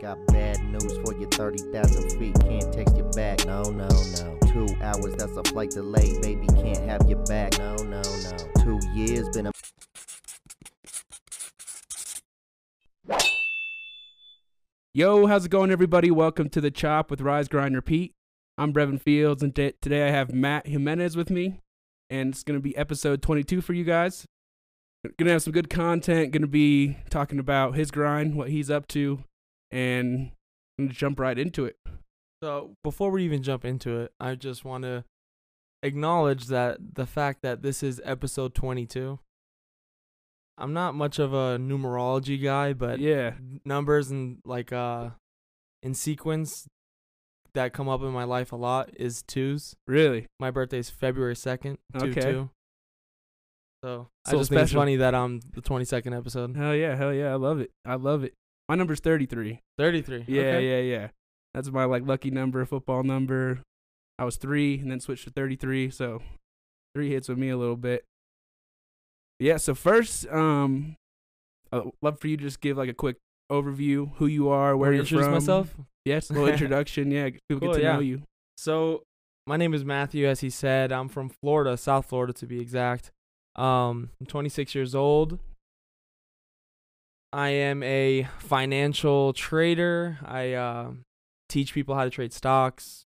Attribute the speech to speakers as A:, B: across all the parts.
A: Got bad news for your 30,000 feet. Can't text you back. No, no, no. Two hours, that's a flight delay. Baby, can't have your back. No, no, no. Two years, been a.
B: Yo, how's it going, everybody? Welcome to the Chop with Rise, Grind, Repeat. I'm Brevin Fields, and t- today I have Matt Jimenez with me, and it's going to be episode 22 for you guys. Going to have some good content, going to be talking about his grind, what he's up to, and I'm gonna jump right into it.
C: So before we even jump into it, I just want to acknowledge that the fact that this is episode 22. I'm not much of a numerology guy, but
B: yeah,
C: numbers and like uh in sequence that come up in my life a lot is twos.
B: really.
C: My birthday's February 2nd, 2
B: Okay.
C: 2. So, I
B: So
C: just think it's
B: special.
C: funny that I'm the 22nd episode.
B: Hell yeah, hell yeah. I love it. I love it. My number's 33.
C: 33.
B: Yeah,
C: okay.
B: yeah, yeah. That's my like lucky number, football number. I was three and then switched to thirty-three, so three hits with me a little bit. Yeah. So first, um, I'd love for you to just give like a quick overview, who you are, where
C: Wanna
B: you're
C: introduce
B: from.
C: myself?
B: Yes, a little introduction. Yeah, people
C: Cool,
B: get to
C: yeah.
B: know you.
C: So, my name is Matthew, as he said. I'm from Florida, South Florida to be exact. Um, I'm 26 years old. I am a financial trader. I uh, teach people how to trade stocks,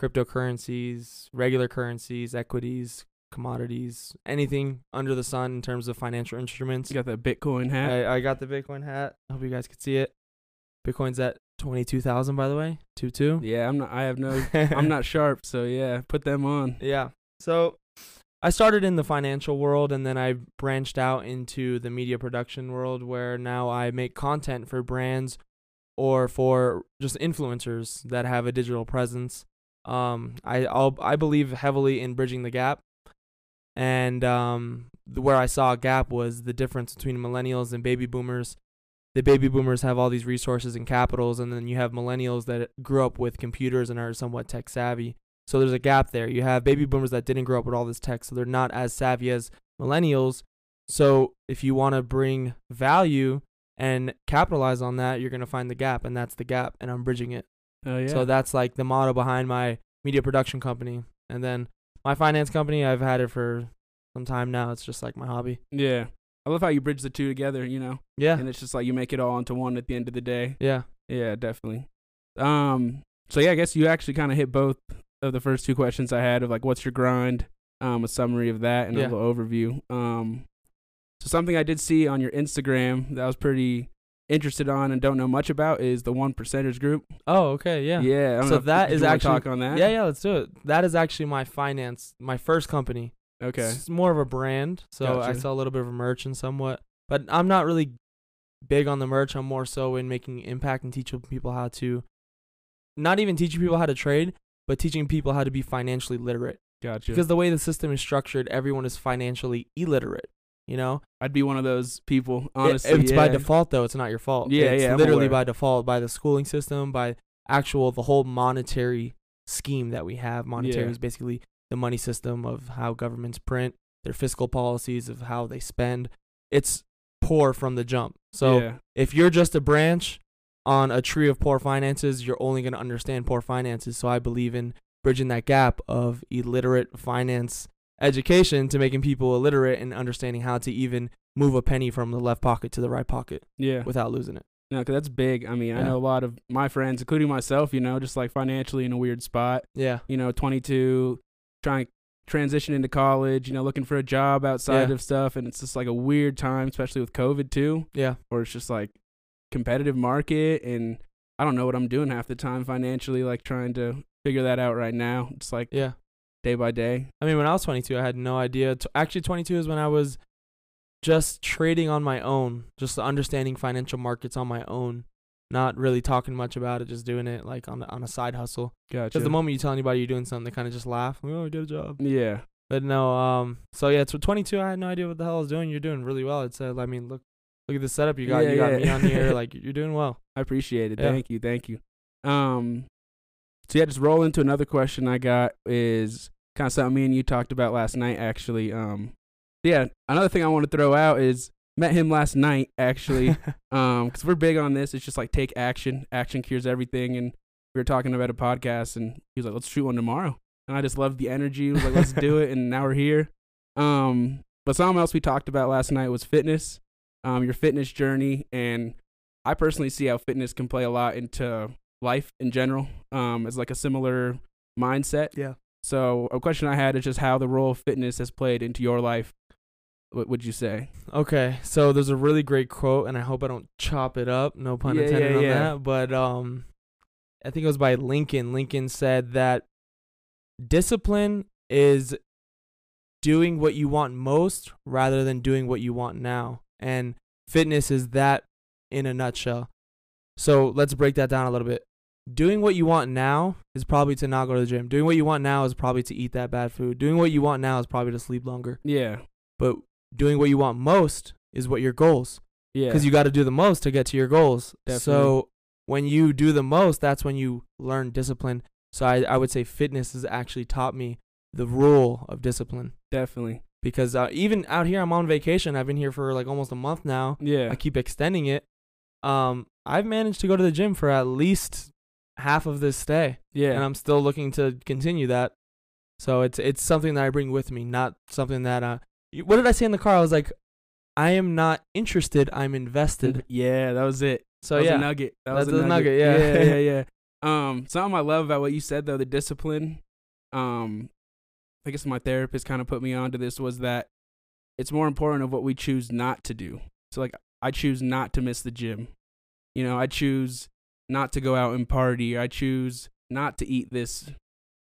C: cryptocurrencies, regular currencies, equities, commodities, anything under the sun in terms of financial instruments.
B: You got that Bitcoin hat.
C: I, I got the Bitcoin hat. I hope you guys could see it. Bitcoin's at 22,000, by the way. 2 2.
B: yeah, I'm not. I have no. I'm not sharp, so yeah, put them on.
C: Yeah. So I started in the financial world and then I branched out into the media production world where now I make content for brands or for just influencers that have a digital presence. Um, I I'll, I believe heavily in bridging the gap, and um, th- where I saw a gap was the difference between millennials and baby boomers. The baby boomers have all these resources and capitals, and then you have millennials that grew up with computers and are somewhat tech savvy. So there's a gap there. You have baby boomers that didn't grow up with all this tech, so they're not as savvy as millennials. So if you want to bring value and capitalize on that, you're going to find the gap, and that's the gap, and I'm bridging it.
B: Oh yeah.
C: So that's like the motto behind my media production company. And then my finance company, I've had it for some time now. It's just like my hobby.
B: yeah. I love how you bridge the two together. You know,
C: Yeah.
B: and it's just like you make it all into one at the end of the day.
C: Yeah.
B: Yeah, definitely. Um, so yeah, I guess you actually kind of hit both of the first two questions I had of like, what's your grind? Um, a summary of that and a
C: Yeah.
B: little overview. Um, so something I did see on your Instagram that I was pretty interested on and don't know much about is the one percenters group.
C: Oh, okay. Yeah. yeah.
B: Yeah. I don't
C: So
B: know if-
C: that
B: did you
C: is
B: wanna
C: actually-
B: talk on that.
C: Yeah, let's do it. That is actually my finance, my first company.
B: Okay.
C: It's more of a brand. So I
B: Gotcha.
C: sell a little bit of merch and somewhat, but I'm not really big on the merch. I'm more so in making impact and teaching people how to, not even teaching people how to trade, but teaching people how to be financially literate.
B: Gotcha.
C: Because the way the system is structured, everyone is financially illiterate. You know,
B: I'd be one of those people.
C: I-
B: Honestly,
C: if it's by
B: yeah.
C: default though. It's not your fault.
B: Yeah,
C: it's
B: yeah, I'm
C: Literally
B: aware.
C: by default, by the schooling system, by actual the whole monetary scheme that we have. Monetary
B: Yeah.
C: is basically the money system of how governments print their fiscal policies of how they spend. It's poor from the jump. So
B: yeah.
C: if you're just a branch on a tree of poor finances, you're only going to understand poor finances. So I believe in bridging that gap of illiterate finance education to making people illiterate and understanding how to even move a penny from the left pocket to the right pocket
B: yeah.
C: without losing it.
B: No, 'cause that's big. I mean, I
C: Yeah.
B: know a lot of my friends, including myself, you know, just like financially in a weird spot.
C: Yeah.
B: you know, 22, trying to transition into college, you know, looking for a job outside
C: Yeah.
B: of stuff. And it's just like a weird time, especially with COVID too,
C: Yeah.
B: where it's just like competitive market. And I don't know what I'm doing half the time financially, like trying to figure that out right now. It's like
C: Yeah.
B: day by day.
C: I mean, when I was 22, I had no idea. T- Actually, 22 is when I was just trading on my own, just understanding financial markets on my own, not really talking much about it, just doing it like on on a side hustle.
B: Gotcha.
C: Because the moment you tell anybody you're doing something, they kind of just laugh. Like, oh, get a job.
B: yeah.
C: But no, um, so yeah, it's 22. I had no idea what the hell I was doing. You're doing really well. It's uh, I mean, look, look at the setup you got.
B: Yeah,
C: you got
B: yeah.
C: me on here. Like you're doing well.
B: I appreciate it.
C: Yeah.
B: Thank you. Thank you. Um, so yeah, just roll into another question I got is kind of something me and you talked about last night, actually. Um, yeah, another thing I want to throw out is Met him last night actually, um, because we're big on this. It's just like take action. Action cures everything. And we were talking about a podcast, and he was like, "Let's shoot one tomorrow." And I just loved the energy. I was like, "Let's do it!" And now we're here. Um, but something else we talked about last night was fitness, um, your fitness journey, and I personally see how fitness can play a lot into life in general, um, as like a similar mindset.
C: yeah.
B: So a question I had is just how the role of fitness has played into your life. What would you say?
C: Okay, so there's a really great quote, and I hope I don't chop it up. No pun
B: Yeah,
C: intended
B: yeah,
C: on
B: yeah.
C: that. But um, I think it was by Lincoln. Lincoln said that discipline is doing what you want most rather than doing what you want now, and fitness is that in a nutshell. So let's break that down a little bit. Doing what you want now is probably to not go to the gym. Doing what you want now is probably to eat that bad food. Doing what you want now is probably to sleep longer
B: Yeah,
C: but doing what you want most is what your goals
B: yeah,
C: because you got to do the most to get to your goals
B: Definitely.
C: so when you do the most that's when you learn discipline so I, I would say fitness has actually taught me the rule of discipline
B: definitely.
C: because uh, even out here i'm on vacation i've been here for like almost a month now
B: Yeah,
C: i keep extending it um, i've managed to go to the gym for at least half of this stay
B: yeah,
C: and I'm still looking to continue that. So it's it's something that I bring with me, not something that uh. y- What did I say in the car? I was like, I am not interested. I'm
B: Mm-hmm.
C: invested.
B: yeah. That was it.
C: So
B: that was
C: yeah,
B: a nugget. That
C: That's
B: was a
C: a
B: nugget.
C: nugget, yeah.
B: yeah, yeah, yeah. Um, something I love about what you said though, the discipline. Um, I guess my therapist kind of put me onto this was that it's more important of what we choose not to do. So like, I choose not to miss the gym. You know, I choose not to go out and party. I choose not to eat this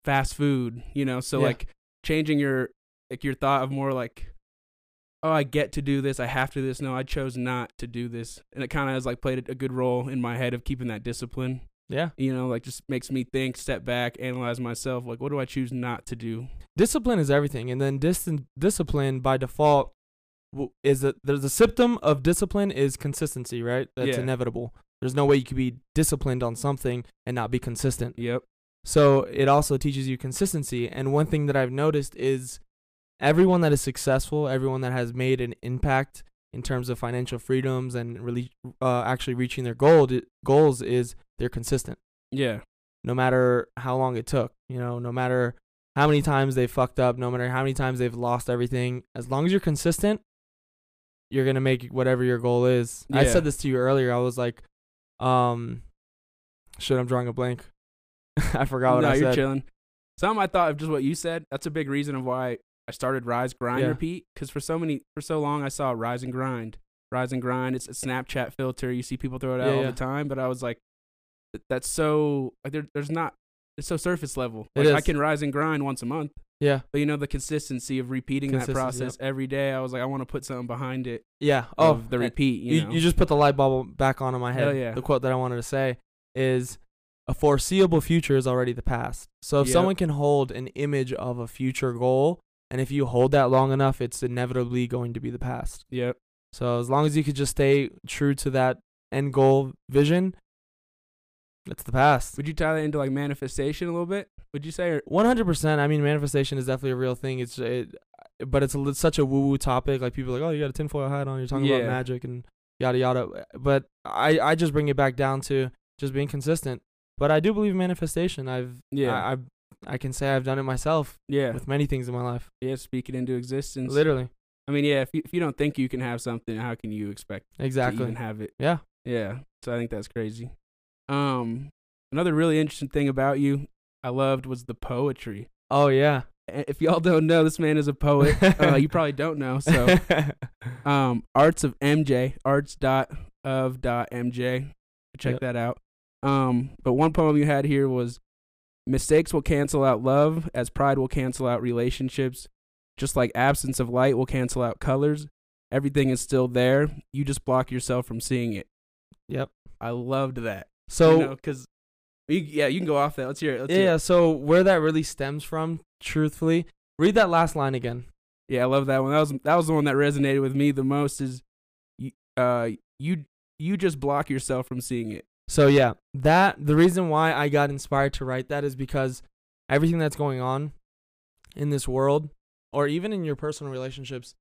B: fast food. You know, so
C: Yeah.
B: like changing your like your thought of more like oh, I get to do this. I have to do this. No, I chose not to do this. And it kind of has like played a good role in my head of keeping that discipline.
C: yeah.
B: You know, like just makes me think, step back, analyze myself. Like, what do I choose not to do?
C: Discipline is everything, and then distin- discipline by default w- is that there's a symptom of discipline is consistency, right? That's
B: Yeah.
C: inevitable. There's no way you could be disciplined on something and not be consistent.
B: Yep.
C: So it also teaches you consistency. And one thing that I've noticed is everyone that is successful, everyone that has made an impact in terms of financial freedoms and really uh, actually reaching their goal goals is they're consistent.
B: Yeah.
C: No matter how long it took, you know, no matter how many times they fucked up, no matter how many times they've lost everything, as long as you're consistent, you're gonna make whatever your goal is. I
B: Yeah.
C: said this to you earlier. I was like, um, shit, I'm drawing a blank. I forgot what
B: no,
C: I
B: you're
C: said.
B: chilling. Some I thought of just what you said. That's a big reason of why I started Rise, Grind,
C: Yeah.
B: Repeat. Because for so many, for so long, I saw Rise and Grind, Rise and Grind. It's a Snapchat filter. You see people throw it out
C: Yeah,
B: all
C: yeah.
B: the time. But I was like, th- that's so like there, there's not. It's so surface level.
C: It
B: Like I
C: is.
B: can rise and grind once a month.
C: Yeah.
B: But you know the consistency of repeating that
C: Consistency,
B: process every day. I was like, I want to put something behind it.
C: Yeah.
B: Oh,
C: Oh,
B: of the
C: and
B: repeat. You,
C: You,
B: know?
C: you just put the light bulb back on in my head.
B: Hell yeah.
C: The quote that I wanted to say is a foreseeable future is already the past. So if
B: Yep.
C: someone can hold an image of a future goal, and if you hold that long enough, it's inevitably going to be the past.
B: yep.
C: So as long as you could just stay true to that end goal vision, it's the past.
B: Would you tie that into like manifestation a little bit? Would you say? Or,
C: One hundred percent. I mean, manifestation is definitely a real thing. It's it, but it's a, li- such a woo woo topic. Like people are like, oh, you got a tinfoil hat on. You're talking
B: Yeah.
C: about magic and yada yada. But I I just bring it back down to just being consistent. But I do believe in manifestation. I've
B: yeah.
C: I, I I can say I've done it myself
B: yeah.
C: with many things in my life.
B: yeah. Speak it into existence.
C: Literally.
B: I mean, yeah, if you, if you don't think you can have something, how can you expect to
C: Exactly.
B: even have it?
C: Yeah.
B: Yeah. So I think that's crazy. Um, another really interesting thing about you I loved was the poetry.
C: Oh yeah.
B: A- If y'all don't know, this man is a poet. uh, you probably don't know. So, um, Arts of MJ, Arts dot of dot MJ. Check
C: Yep.
B: that out. Um, but one poem you had here was Mistakes will cancel out love, as pride will cancel out relationships. Just like absence of light will cancel out colors. Everything is still there. You just block yourself from seeing it.
C: Yep.
B: I loved that.
C: so
B: because yeah, you can go off that. Let's hear it. Let's
C: yeah.
B: Hear it.
C: So where that really stems from, truthfully, read that last line again.
B: Yeah, I love that one. That was that was the one that resonated with me the most. Is you uh you you just block yourself from seeing it.
C: So yeah, that the reason why I got inspired to write that is because everything that's going on in this world or even in your personal relationships,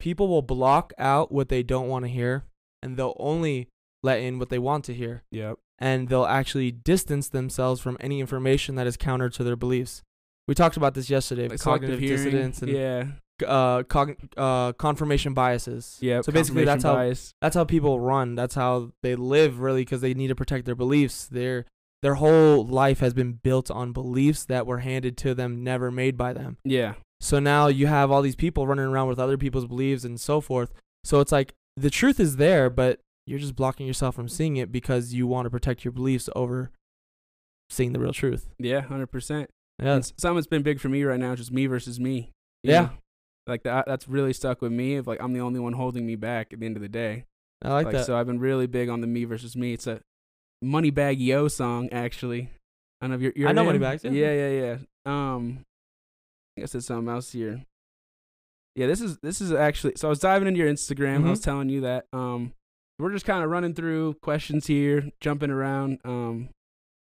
C: people will block out what they don't want to hear and they'll only let in what they want to hear
B: Yep.
C: and they'll actually distance themselves from any information that is counter to their beliefs. We talked about this yesterday,
B: Like
C: cognitive
B: selective hearing.
C: dissonance and
B: yeah.
C: uh, cog- uh, confirmation biases.
B: Yeah.
C: So basically, that's how
B: bias.
C: that's how people run. That's how they live, really, because they need to protect their beliefs. Their their whole life has been built on beliefs that were handed to them, never made by them.
B: Yeah.
C: So now you have all these people running around with other people's beliefs and so forth. So it's like the truth is there, but you're just blocking yourself from seeing it because you want to protect your beliefs over seeing the real truth.
B: Yeah. Hundred percent.
C: Yeah.
B: And s- something that's been big for me right now is just me versus me. you
C: Yeah.
B: know? Like that, that's really stuck with me. Of like, I'm the only one holding me back at the end of the day.
C: I like, that.
B: so, I've been really big on the me versus me. It's a Moneybag Yo song, actually. I don't know if you're. you're
C: I know
B: him?
C: Moneybags, yeah.
B: yeah, yeah, yeah. Um, I think I said something else here. Yeah, this is this is actually. So I was diving into your Instagram. I
C: Mhm.
B: was telling you that. Um, we're just kind of running through questions here, jumping around. Um,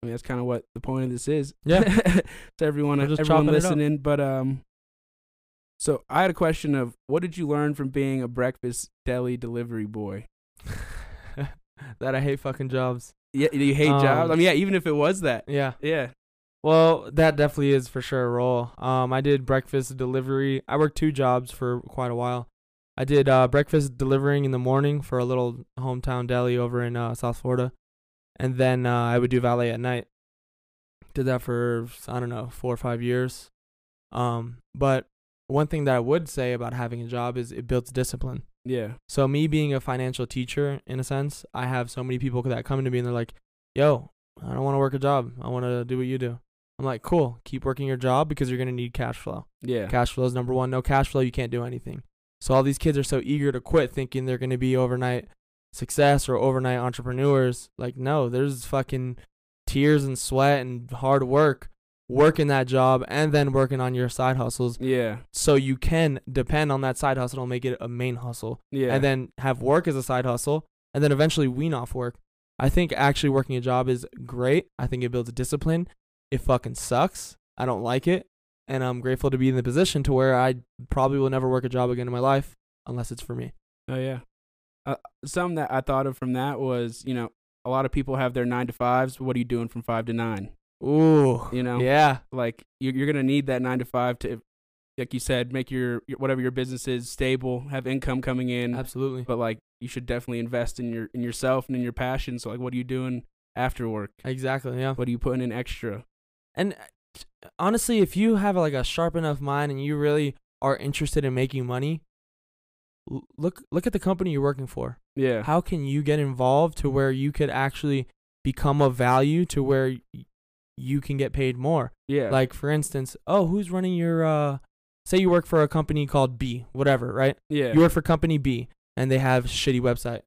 B: I mean that's kind of what the point of this is.
C: Yeah.
B: to everyone,
C: We're just
B: everyone
C: chopping it up.
B: listening. But um, so I had a question of what did you learn from being a breakfast deli delivery boy?
C: that I hate fucking jobs.
B: Yeah, you hate
C: Um,
B: jobs. I mean, yeah, even if it was that.
C: Yeah.
B: Yeah.
C: Well, that definitely is for sure a role. Um, I did breakfast delivery. I worked two jobs for quite a while. I did uh, breakfast delivering in the morning for a little hometown deli over in uh, South Florida, and then uh, I would do valet at night. Did that for I don't know four or five years. Um, but one thing that I would say about having a job is it builds discipline.
B: Yeah.
C: So me being a financial teacher, in a sense, I have so many people that come to me and they're like, "Yo, I don't want to work a job. I want to do what you do." I'm like, "Cool, keep working your job because you're gonna need cash flow.
B: Yeah.
C: Cash flow is number one. No cash flow, you can't do anything." So all these kids are so eager to quit, thinking they're gonna be overnight success or overnight entrepreneurs. Like, no, there's fucking tears and sweat and hard work working that job and then working on your side hustles
B: Yeah.
C: so you can depend on that side hustle and make it a main hustle
B: Yeah.
C: and then have work as a side hustle and then eventually wean off work. I think actually working a job is great. I think it builds discipline. It fucking sucks. I don't like it. And I'm grateful to be in the position to where I probably will never work a job again in my life unless it's for me.
B: oh yeah. Uh, something that I thought of from that was, you know, a lot of people have their nine to fives. But what are you doing from five to nine?
C: Ooh.
B: You know,
C: Yeah.
B: like you're, you're gonna need that nine to five to, like you said, make your, your whatever your business is stable, have income coming in.
C: Absolutely.
B: But like, you should definitely invest in your in yourself and in your passion. So like, what are you doing after work?
C: Exactly. Yeah.
B: What are you putting in extra?
C: And uh, honestly, if you have like a sharp enough mind and you really are interested in making money, l- look look at the company you're working for.
B: Yeah.
C: how can you get involved to where you could actually become of value to where y- you can get paid more
B: yeah.
C: like for instance oh who's running your uh say you work for a company called b whatever right
B: yeah.
C: you work for company b and they have shitty website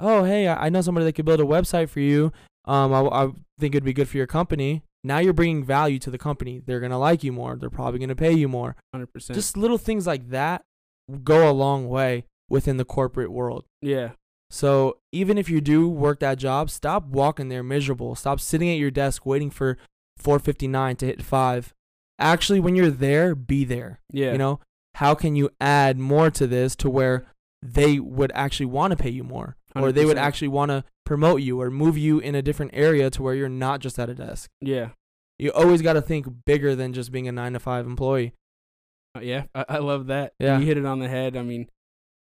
C: oh hey i I know somebody that could build a website for you um i, I think it'd be good for your company now you're bringing value to the company they're gonna like you more they're probably gonna pay you more
B: Hundred percent.
C: just little things like that go a long way within the corporate world
B: yeah.
C: so even if you do work that job, stop walking there miserable. Stop sitting at your desk waiting for 459 to hit 5. Actually, when you're there, be there.
B: Yeah.
C: You know, how can you add more to this to where they would actually want to pay you more or they would
B: 100%.
C: actually want to promote you or move you in a different area to where you're not just at a desk.
B: Yeah.
C: You always got to think bigger than just being a 9 to 5 employee.
B: Uh, Yeah, I, I love that.
C: Yeah.
B: you hit it on the head. I mean,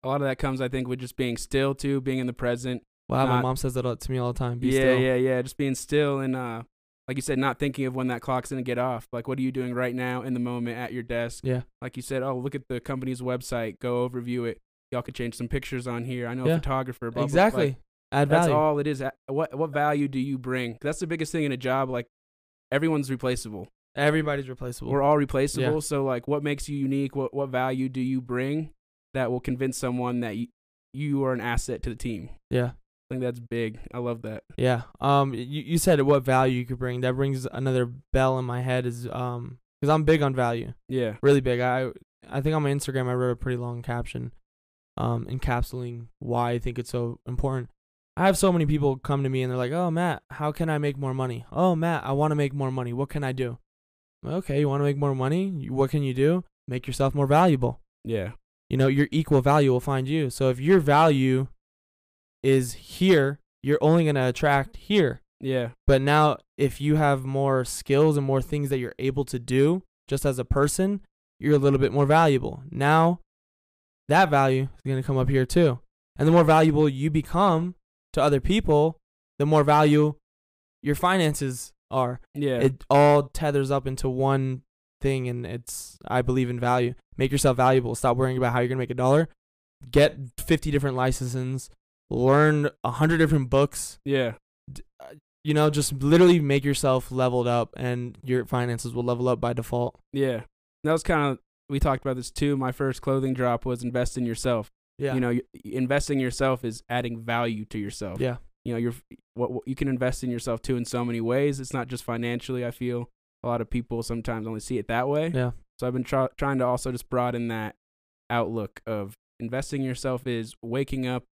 B: a lot of that comes, I think, with just being still too, being in the present.
C: Wow, my
B: Not-
C: mom says that all- to me all the time. Be
B: yeah,
C: still.
B: yeah, yeah. Just being still and, uh, like you said, not thinking of when that clock's gonna get off. Like, what are you doing right now in the moment at your desk?
C: Yeah.
B: Like you said, oh, look at the company's website. Go overview it. Y'all could change some pictures on here. I know
C: Yeah.
B: a photographer. Blah, blah, blah.
C: Exactly.
B: Like,
C: add
B: that's
C: value.
B: all it is. A- What what value do you bring? That's the biggest thing in a job. Like, everyone's replaceable.
C: Everybody's replaceable.
B: we're all replaceable. So like, what makes you unique? What what value do you bring that will convince someone that you, you are an asset to the team?
C: yeah.
B: I think that's big. I love that.
C: Yeah. Um. You, you said what value you could bring. That brings another bell in my head is um because I'm big on value,
B: Yeah,
C: really big. I I think on my Instagram I wrote a pretty long caption, um, encapsulating why I think it's so important. I have so many people come to me and they're like, "Oh, Matt, how can I make more money? Oh, Matt, I want to make more money. What can I do? Okay, you want to make more money? You, what can you do? Make yourself more valuable.
B: yeah,
C: you know, your equal value will find you. So if your value is here, you're only going to attract here.
B: Yeah.
C: But now, if you have more skills and more things that you're able to do just as a person, you're a little bit more valuable. Now, that value is going to come up here too. And the more valuable you become to other people, the more value your finances are.
B: Yeah.
C: It all tethers up into one thing, and it's, I believe, in value. Make yourself valuable. Stop worrying about how you're going to make a dollar. Get 50 different licenses, learn 100 different books
B: yeah.
C: uh, you know, just literally make yourself leveled up and your finances will level up by default.
B: Yeah. That was kind of we talked about this too. My first clothing drop was invest in yourself.
C: Yeah.
B: You know, y- investing in yourself is adding value to yourself.
C: Yeah.
B: You know, you're what, what you can invest in yourself too in so many ways. It's not just financially. I feel a lot of people sometimes only see it that way.
C: Yeah.
B: So I've been try- trying to also just broaden that outlook of investing in yourself is waking up,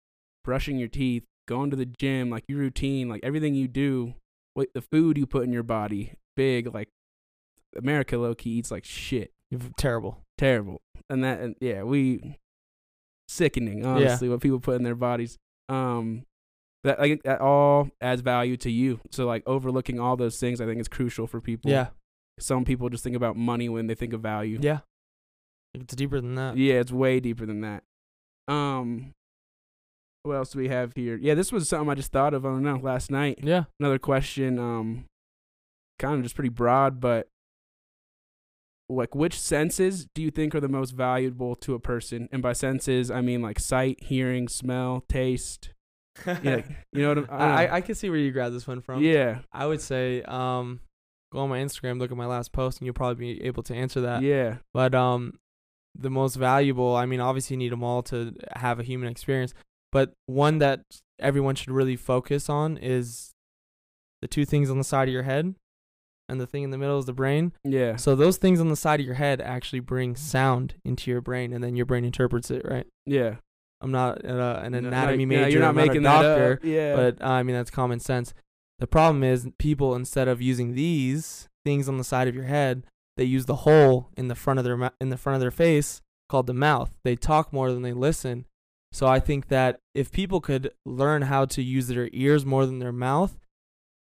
B: brushing your teeth, going to the gym, like your routine, like everything you do, what the food you put in your body, big like America low key eats like shit
C: You've- Terrible.
B: terrible. And that, and yeah, we sickening, honestly, what people put in their bodies. Um, that like that all adds value to you. So like overlooking all those things, I think is crucial for people.
C: Yeah.
B: Some people just think about money when they think of value.
C: Yeah. It's deeper than that.
B: Yeah, it's way deeper than that. Um, what else do we have here? Yeah, this was something I just thought of. I don't know. Last night,
C: Yeah.
B: another question. Um, kind of just pretty broad, but like which senses do you think are the most valuable to a person? And by senses, I mean like sight, hearing, smell, taste. Yeah, you know what I'm,
C: I, I, I can see where you grabbed this one from.
B: yeah,
C: I would say, um, go on my Instagram, look at my last post, and you'll probably be able to answer that.
B: yeah,
C: But um, the most valuable, I mean, obviously you need them all to have a human experience, but one that everyone should really focus on is the two things on the side of your head, and the thing in the middle is the brain.
B: yeah,
C: So those things on the side of your head actually bring sound into your brain, and then your brain interprets it, right?
B: yeah.
C: I'm not uh, an
B: No, no,
C: anatomy
B: no,
C: major.
B: you're not
C: I'm
B: making
C: not a
B: that
C: doctor,
B: up. Yeah,
C: but uh, I mean that's common sense. The problem is people instead of using these things on the side of your head, they use the hole in the front of their mou- in the front of their face called the mouth. They talk more than they listen. So I think that if people could learn how to use their ears more than their mouth,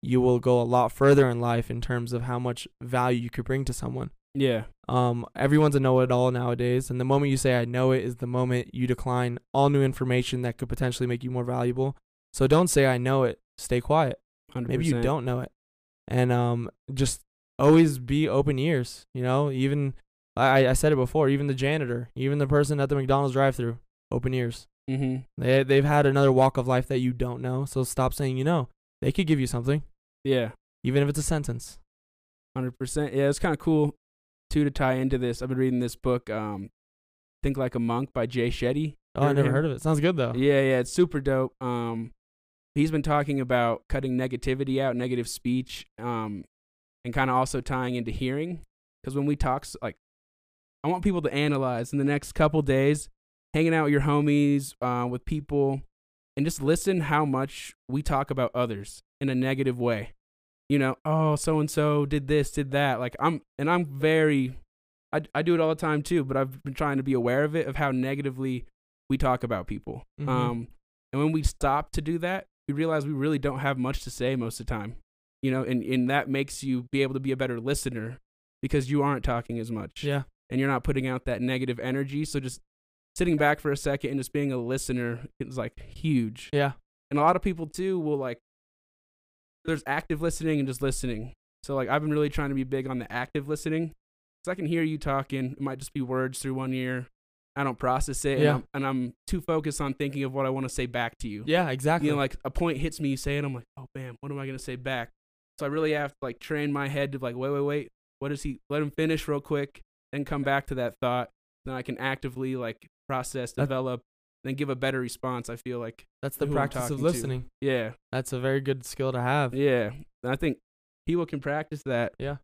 C: you will go a lot further in life in terms of how much value you could bring to someone.
B: yeah,
C: Um, everyone's a know-it-all nowadays, and the moment you say "I know it" is the moment you decline all new information that could potentially make you more valuable. So don't say "I know it." Stay quiet.
B: 100%.
C: Maybe you don't know it, and um, just always be open ears. You know, even I, I said it before. Even the janitor, even the person at the McDonald's drive-through, open ears.
B: Mm-hmm.
C: They they've had another walk of life that you don't know. So stop saying you know. They could give you something,
B: Yeah,
C: even if it's a sentence.
B: hundred percent. Yeah, it's kind of cool too to tie into this. I've been reading this book, um, "Think Like a Monk" by Jay Shetty.
C: Oh, I
B: Heard
C: never
B: him?
C: heard of it. Sounds good though.
B: Yeah, yeah, it's super dope. Um, he's been talking about cutting negativity out, negative speech, um, and kind of also tying into hearing. Because when we talk, s- like, I want people to analyze in the next couple days, hanging out with your homies, uh, with people, and just listen how much we talk about others in a negative way. You know, oh, so and so did this, did that. Like, I'm, and I'm very, I, I do it all the time too, but I've been trying to be aware of it, of how negatively we talk about people.
C: Mhm.
B: Um, and when we stop to do that, we realize we really don't have much to say most of the time, you know, and, and that makes you be able to be a better listener because you aren't talking as much
C: Yeah.
B: and you're not putting out that negative energy. So just sitting back for a second and just being a listener is like huge.
C: Yeah.
B: And a lot of people too will like, there's active listening and just listening. So like I've been really trying to be big on the active listening. So I can hear you talking. It might just be words through one ear. I don't process it,
C: Yeah.
B: and, I'm, and I'm too focused on thinking of what I want to say back to you.
C: Yeah. Exactly.
B: You know, like a point hits me, you say it, I'm like, oh, bam, what am I going to say back? So I really have to like train my head to like, wait, wait, wait. What is he? Let him finish real quick, then come back to that thought. Then I can actively like process,
C: That-
B: develop, then give a better response. I feel like,
C: That's the
B: who I'm
C: practice
B: talking
C: of
B: to.
C: listening.
B: yeah,
C: That's a very good skill to have.
B: yeah. And I think people can practice that.
C: Yeah.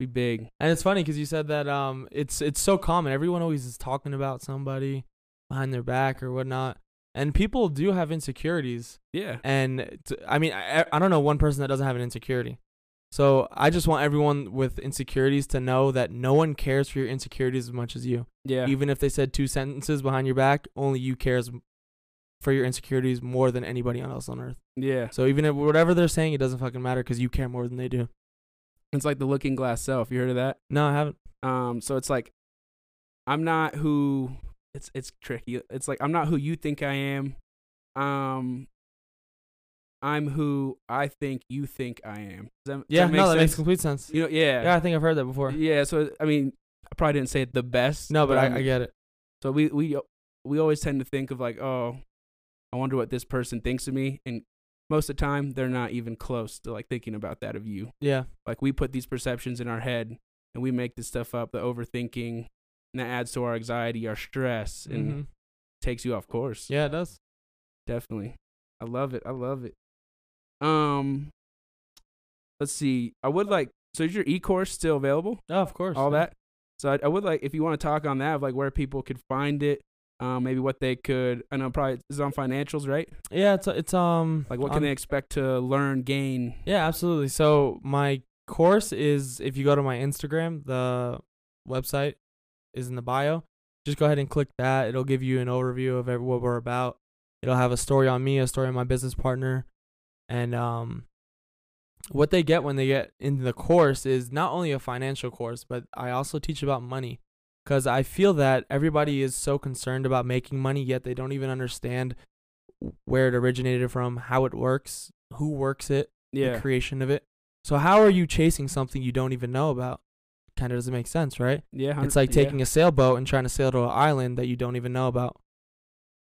B: Be big.
C: And it's funny because you said that um, it's it's so common. Everyone always is talking about somebody behind their back or whatnot, and people do have insecurities.
B: Yeah.
C: And t- I mean, I, I don't know one person that doesn't have an insecurity. So I just want everyone with insecurities to know that no one cares for your insecurities as much as you.
B: Yeah.
C: Even if they said two sentences behind your back, only you cares m- for your insecurities more than anybody else on earth.
B: yeah.
C: So even if whatever they're saying, it doesn't fucking matter because you care more than they do.
B: It's like the looking glass self. You heard of that?
C: No, I haven't.
B: Um, so it's like I'm not who it's it's tricky. It's like I'm not who you think I am. Um I'm who I think you think I am. Does that, does
C: Yeah,
B: that
C: no, that
B: sense?
C: makes complete sense.
B: you know, yeah.
C: Yeah, I think I've heard that before.
B: Yeah, so I mean, I probably didn't say it the best.
C: No, but I,
B: um,
C: I get it.
B: so we we we always tend to think of like, oh, I wonder what this person thinks of me, and most of the time they're not even close to like thinking about that of you.
C: Yeah,
B: Like we put these perceptions in our head, and we make this stuff up, the overthinking, and that adds to our anxiety, our stress, and
C: hmm
B: takes you off course.
C: yeah, it does.
B: definitely. I love it. I love it. Um, let's see. I would like. So is your e course still available?
C: Oh, of course.
B: all
C: yeah.
B: that. So I, I would like if you want to talk on that, of like where people could find it, um, maybe what they could. I know probably it's on financials, right?
C: Yeah, it's it's um
B: Like what can
C: on-
B: they expect to learn, gain?
C: Yeah, absolutely. So my course is if you go to my Instagram, the website is in the bio. Just go ahead and click that. It'll give you an overview of every, what we're about. It'll have a story on me, a story on my business partner, and um, what they get when they get into the course is not only a financial course, but I also teach about money, because I feel that everybody is so concerned about making money, yet they don't even understand where it originated from, how it works, who works it, the creation of it. So how are you chasing something you don't even know about? Kind of doesn't make sense, right?
B: yeah. hun-
C: It's like
B: yeah.
C: taking a sailboat and trying to sail to an island that you don't even know about.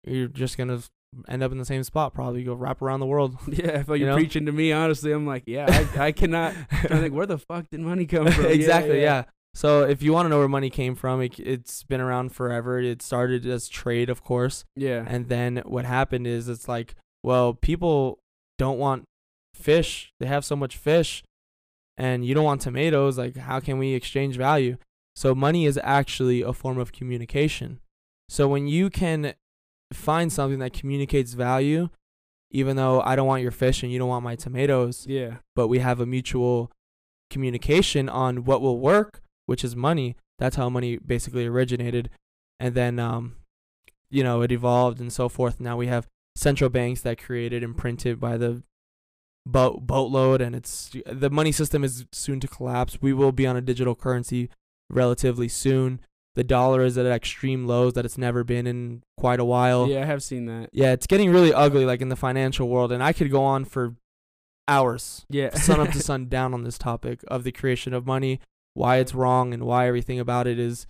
C: You're just gonna end up in the same spot probably. Go wrap around the world.
B: Yeah, I feel
C: you
B: you're
C: know?
B: preaching to me. Honestly, I'm like, yeah, I, I cannot. I think where the fuck did money come from? Yeah,
C: exactly. Yeah, So if you want to know where money came from, it, it's been around forever. It started as trade, of course,
B: yeah, yeah.
C: and then what happened is it's like, well, people don't want fish. They have so much fish, and you don't want tomatoes. Like, how can we exchange value? So money is actually a form of communication. So when you can find something that communicates value, even though I don't want your fish and you don't want my tomatoes,
B: yeah.
C: but we have a mutual communication on what will work, which is money. That's how money basically originated, and then um, you know it evolved and so forth. Now we have central banks that created and printed by the boat boatload, and it's the money system is soon to collapse. We will be on a digital currency relatively soon. The dollar is at extreme lows that it's never been in quite a while
B: yeah, I have seen that.
C: yeah, it's getting really ugly, like in the financial world, and I could go on for hours,
B: Yeah,
C: sun up to sun down, on this topic of the creation of money, why it's wrong, and why everything about it is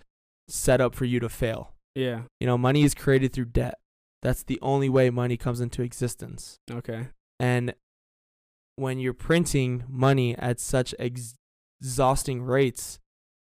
C: set up for you to fail.
B: yeah.
C: You know, money is created through debt. That's the only way money comes into existence.
B: Okay.
C: And when you're printing money at such ex- exhausting rates,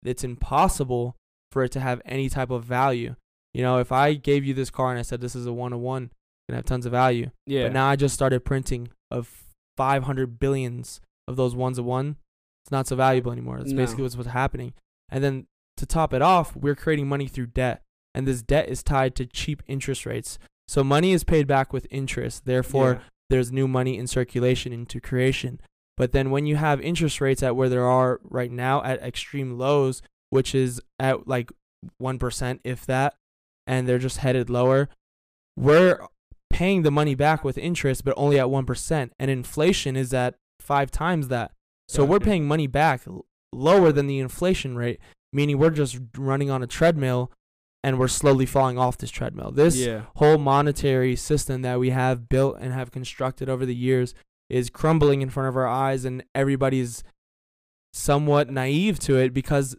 C: it's impossible for it to have any type of value. You know, if I gave you this car and I said this is a one on one, gonna have tons of value.
B: Yeah.
C: But now I just started printing of 500 billions of those ones of one. It's not so valuable anymore. That's
B: No.
C: basically what's, what's happening. And then to top it off, we're creating money through debt. And this debt is tied to cheap interest rates. So money is paid back with interest. Therefore,
B: yeah.
C: there's new money in circulation into creation. But then when you have interest rates at where there are right now at extreme lows, which is at like 1%, if that, and they're just headed lower, we're paying the money back with interest, but only at 1%. And inflation is at five times that. So we're
B: Gotcha.
C: paying money back l- lower than the inflation rate, meaning we're just running on a treadmill and we're slowly falling off this treadmill. This
B: yeah.
C: whole monetary system that we have built and have constructed over the years is crumbling in front of our eyes and everybody's somewhat naive to it because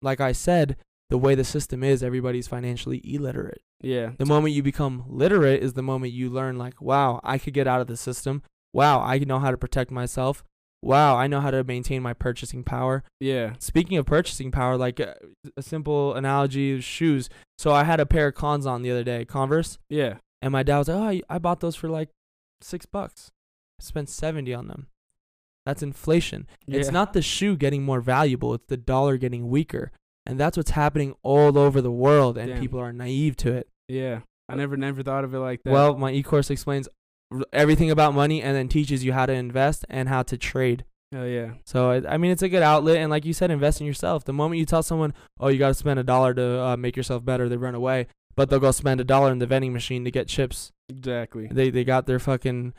C: like I said, the way the system is, everybody's financially illiterate.
B: Yeah.
C: The moment you become literate is the moment you learn like, wow, I could get out of the system. Wow, I know how to protect myself. Wow, I know how to maintain my purchasing power
B: Yeah.
C: speaking of purchasing power, like a, a simple analogy is shoes. So I had a pair of cons on the other day, Converse,
B: Yeah.
C: and my dad was like, "Oh, I, I bought those for like six bucks. I spent seventy on them. That's inflation. It's
B: Yeah.
C: not the shoe getting more valuable; it's the dollar getting weaker, and that's what's happening all over the world. And
B: Damn.
C: people are naive to it.
B: Yeah. I never never thought of it like that.
C: Uh, Well, my e-course explains r- everything about money and then teaches you how to invest and how to trade.
B: Hell yeah.
C: So I, I mean, it's a good outlet, and like you said, invest in yourself. The moment you tell someone, "Oh, you got to spend a dollar to uh, make yourself better," they run away. But they'll go spend a dollar in the vending machine to get chips.
B: Exactly.
C: They they got their fucking,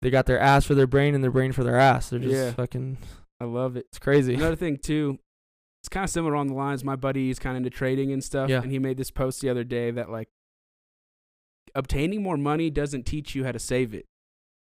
C: they got their ass for their brain and their brain for their ass. They're just
B: Yeah.
C: fucking.
B: I love it.
C: It's crazy.
B: Another thing too, it's kind of similar on the lines. My buddy is kind of into trading and stuff,
C: Yeah.
B: and he made this post the other day that like obtaining more money doesn't teach you how to save it.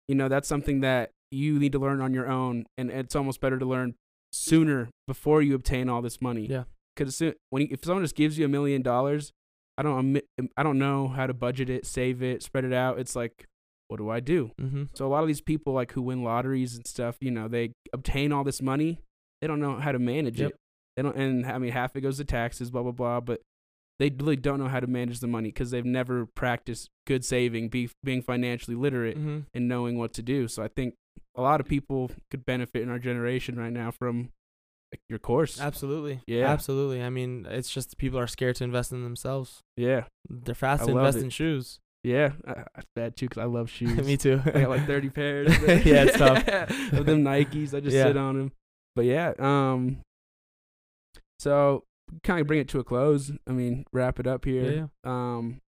B: You know, that's something that you need to learn on your own, and it's almost better to learn sooner before you obtain all this money.
C: Yeah.
B: because when you, if someone just gives you a million dollars, I don't admi- I don't know how to budget it, save it, spread it out. It's like, what do I do?
C: Mm-hmm.
B: So a lot of these people like who win lotteries and stuff, you know, they obtain all this money, they don't know how to manage
C: Yep.
B: it. They don't, and I mean, half it goes to taxes, blah blah blah. But they really don't know how to manage the money because they've never practiced good saving, be, being financially literate,
C: Mm-hmm.
B: and knowing what to do. So I think a lot of people could benefit in our generation right now from like, your course.
C: Absolutely.
B: Yeah.
C: Absolutely. I mean, it's just people are scared to invest in themselves.
B: yeah,
C: They're fast
B: I
C: to
B: love
C: invest
B: it.
C: in shoes.
B: yeah, I, I, that too because I love shoes.
C: Me too.
B: I got like 30 pairs.
C: Yeah, it's tough.
B: of them Nikes. I just
C: Yeah.
B: sit on them. But yeah, um, so kind of bring it to a close. I mean, wrap it up
C: Yeah.
B: here.
C: yeah.
B: Um,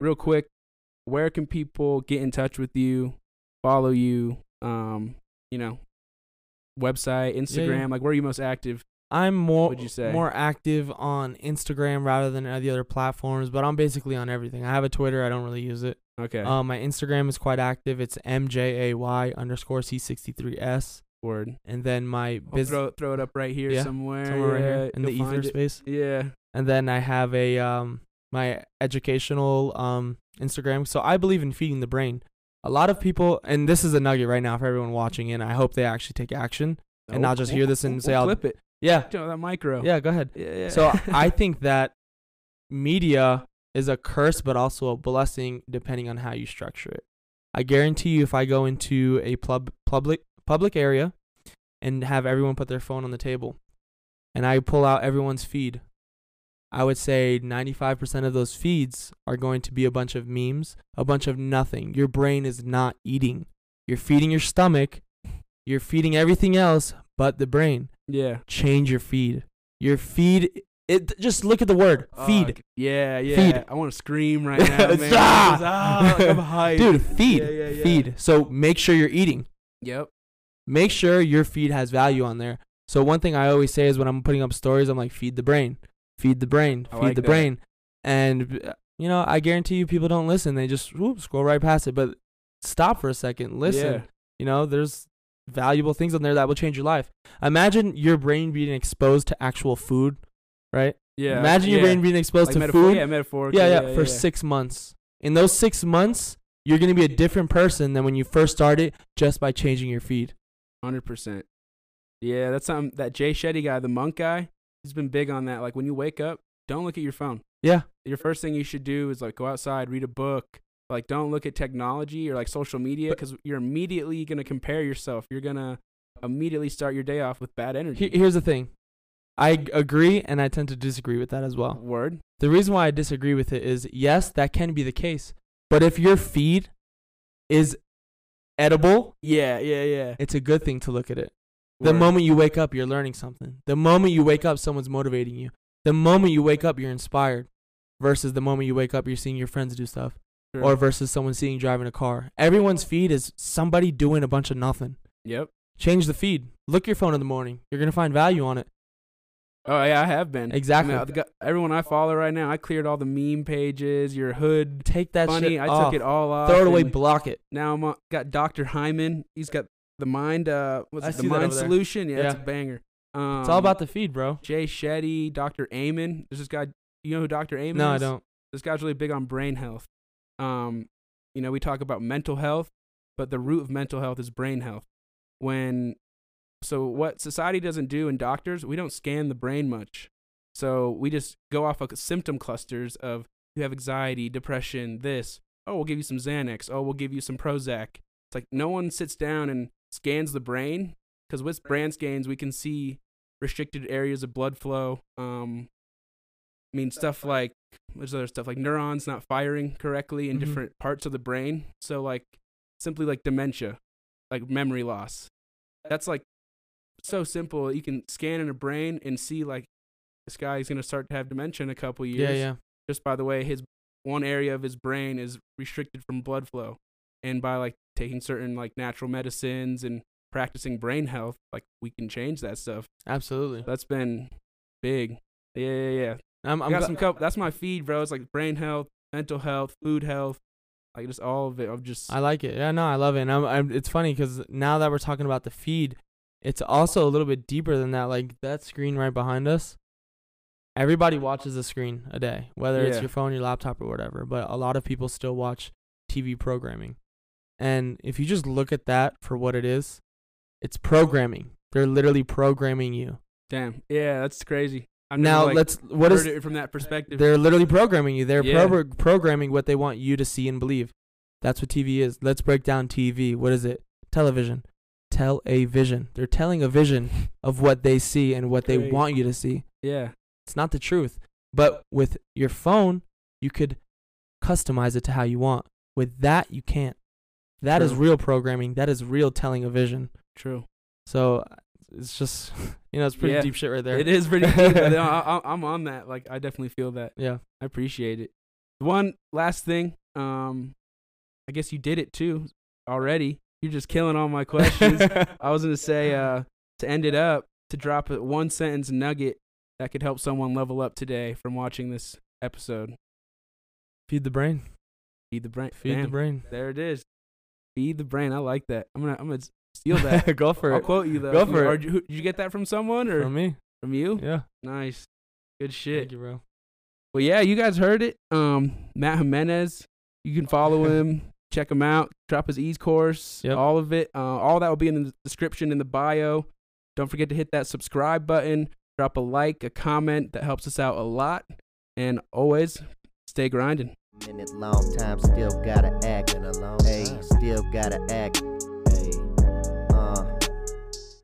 B: real quick, where can people get in touch with you, follow you? Um, you know, website, Instagram. Like, where are you most active?
C: I'm more
B: What'd you say?
C: more active on Instagram rather than the other platforms, but I'm basically on everything. I have a Twitter. I don't really use it.
B: Okay,
C: Um, my Instagram is quite active. It's mjay underscore c63s,
B: word.
C: and then my
B: I'll
C: business
B: throw throw it up right here
C: Yeah,
B: somewhere.
C: somewhere right
B: yeah,
C: here in the
B: you'll
C: ether
B: find it.
C: space.
B: Yeah,
C: and then I have a um my educational um Instagram. So I believe in feeding the brain. A lot of people, and this is a nugget right now for everyone watching in. I hope they actually take action and
B: Oh,
C: not just
B: we'll-
C: hear this and
B: we'll-
C: say,
B: we'll
C: "I'll
B: clip it."
C: yeah,
B: You know, that micro.
C: yeah, go ahead."
B: Yeah, yeah.
C: So I think that media is a curse, but also a blessing, depending on how you structure it. I guarantee you, if I go into a pub, public public area and have everyone put their phone on the table, and I pull out everyone's feed, I would say 95% of those feeds are going to be a bunch of memes, a bunch of nothing. Your brain is not eating. You're feeding your stomach. You're feeding everything else but the brain
B: yeah.
C: change your feed. Your feed. It just look at the word feed,
B: Fuck. yeah, yeah.
C: Feed.
B: I want to scream right now, man.
C: Stop.
B: Ah, like, I'm hyped.
C: dude. Feed,
B: Yeah, yeah, yeah.
C: feed. So make sure you're eating.
B: Yep.
C: Make sure your feed has value on there. So one thing I always say is when I'm putting up stories, I'm like, feed the brain, feed the brain,
B: I
C: feed
B: like
C: the
B: that.
C: brain, and uh, you know I guarantee you people don't listen. They just whoop, scroll right past it. But stop for a second, listen.
B: Yeah.
C: You know, there's valuable things on there that will change your life. Imagine your brain being exposed to actual food, right?
B: Yeah.
C: Imagine your
B: yeah.
C: brain being exposed
B: like
C: to
B: metaphor-
C: food.
B: Yeah, metaphorically.
C: yeah, yeah, for
B: yeah.
C: six months. In those six months, you're gonna be a different person than when you first started just by changing your feed.
B: Hundred percent. Yeah, that's something that Jay Shetty guy, the monk guy, he's been big on that. Like when you wake up, don't look at your phone.
C: Yeah.
B: Your first thing you should do is like go outside, read a book. Like don't look at technology or like social media
C: But-
B: because you're immediately gonna compare yourself. You're gonna immediately start your day off with bad
C: He-
B: energy.
C: here's the thing. I g- agree and I tend to disagree with that as well.
B: Word.
C: The reason why I disagree with it is yes, that can be the case. But if your feed is edible,
B: Yeah, yeah, yeah.
C: it's a good thing to look at it. The
B: Word.
C: moment you wake up, you're learning something. The moment you wake up, someone's motivating you. The moment you wake up, you're inspired. Versus the moment you wake up, you're seeing your friends do stuff.
B: Sure.
C: or versus someone seeing you driving a car. Everyone's feed is somebody doing a bunch of nothing.
B: Yep.
C: Change the feed. Look at your phone in the morning. You're gonna find value on it.
B: Oh yeah, I have been.
C: Exactly.
B: I mean, I've got- everyone I follow right now, I cleared all the meme pages, your hood,
C: Take that
B: funny.
C: shit
B: I
C: off.
B: took it all off.
C: Throw it away.
B: and
C: Block it.
B: Now I'm on, got Dr. Hyman. He's got the mind. Uh, what's
C: I
B: it, the
C: see that
B: mind
C: over there.
B: solution? Yeah, it's a
C: Yeah.
B: banger. Um,
C: It's all about the feed, bro.
B: Jay Shetty, Dr. Amen. There's this guy. You know who Dr. Amen
C: No,
B: is?
C: I don't.
B: This guy's really big on brain health. Um, you know, we talk about mental health, but the root of mental health is brain health. When so what society doesn't do and doctors, we don't scan the brain much. So we just go off of symptom clusters of you have anxiety, depression, this. Oh, we'll give you some Xanax. Oh, we'll give you some Prozac. It's like no one sits down and scans the brain because with brain scans we can see restricted areas of blood flow. Um, I mean stuff like there's other stuff like neurons not firing correctly in
C: Mhm.
B: different parts of the brain. So like simply like dementia, like memory loss, That's like so simple. You can scan in a brain and see like this guy's gonna start to have dementia in a couple years.
C: Yeah, yeah.
B: Just by the way, his one area of his brain is restricted from blood flow, and by like taking certain like natural medicines and practicing brain health, like we can change that stuff.
C: Absolutely.
B: That's been big. Yeah, yeah, yeah.
C: I'm,
B: i
C: I'm
B: got
C: gl-
B: some cup. That's my feed, bro. It's like brain health, mental health, food health, like just all of it. I'm just
C: I like it. Yeah, no, I love it. And I'm, I'm, it's funny because now that we're talking about the feed, it's also a little bit deeper than that. Like that screen right behind us, everybody watches a screen a day, whether it's
B: Yeah.
C: your phone, your laptop, or whatever. But a lot of people still watch TV programming. And if you just look at that for what it is, it's programming. They're literally programming you.
B: damn. Yeah, that's crazy. I've never,
C: now
B: like,
C: let's what
B: heard
C: is
B: it from that perspective.
C: they're literally programming you. They're
B: Yeah.
C: pro- programming what they want you to see and believe. That's what TV is. Let's break down TV. What is it? Television. Tell a vision. They're telling a vision of what they see and what they
B: Great.
C: want you to see.
B: Yeah,
C: It's not the truth. But with your phone, you could customize it to how you want. With that, you can't. That is
B: True.
C: real programming. That is real telling a vision.
B: true.
C: So it's just, you know, it's pretty
B: Yeah.
C: deep shit right there.
B: It is pretty deep. but I, I, I'm on that. Like, I definitely feel that.
C: Yeah.
B: I appreciate it. One last thing. Um, I guess you did it too already. You're just killing all my questions. I was gonna say uh, to end it up to drop a one sentence nugget that could help someone level up today from watching this episode.
C: Feed the brain.
B: Feed the brain.
C: Feed the
B: Damn,
C: brain.
B: There it is. Feed the brain. I like that. I'm gonna I'm gonna steal that.
C: Go for
B: I'll
C: it.
B: quote you though.
C: Go for
B: Or
C: it.
B: Did you, who- did you get that from someone or
C: For me.
B: from you?
C: Yeah.
B: Nice. Good shit.
C: Thank you, bro.
B: Well, yeah, you guys heard it. Um, Matt Jimenez. You can follow him, check him out, drop his ease course,
C: Yep.
B: all of it. Uh, all that will be in the description in the bio. Don't forget to hit that subscribe button, drop a like, a comment. That helps us out a lot. And always stay grinding.
A: Minute long time, still gotta act. Hey, uh, still gotta act.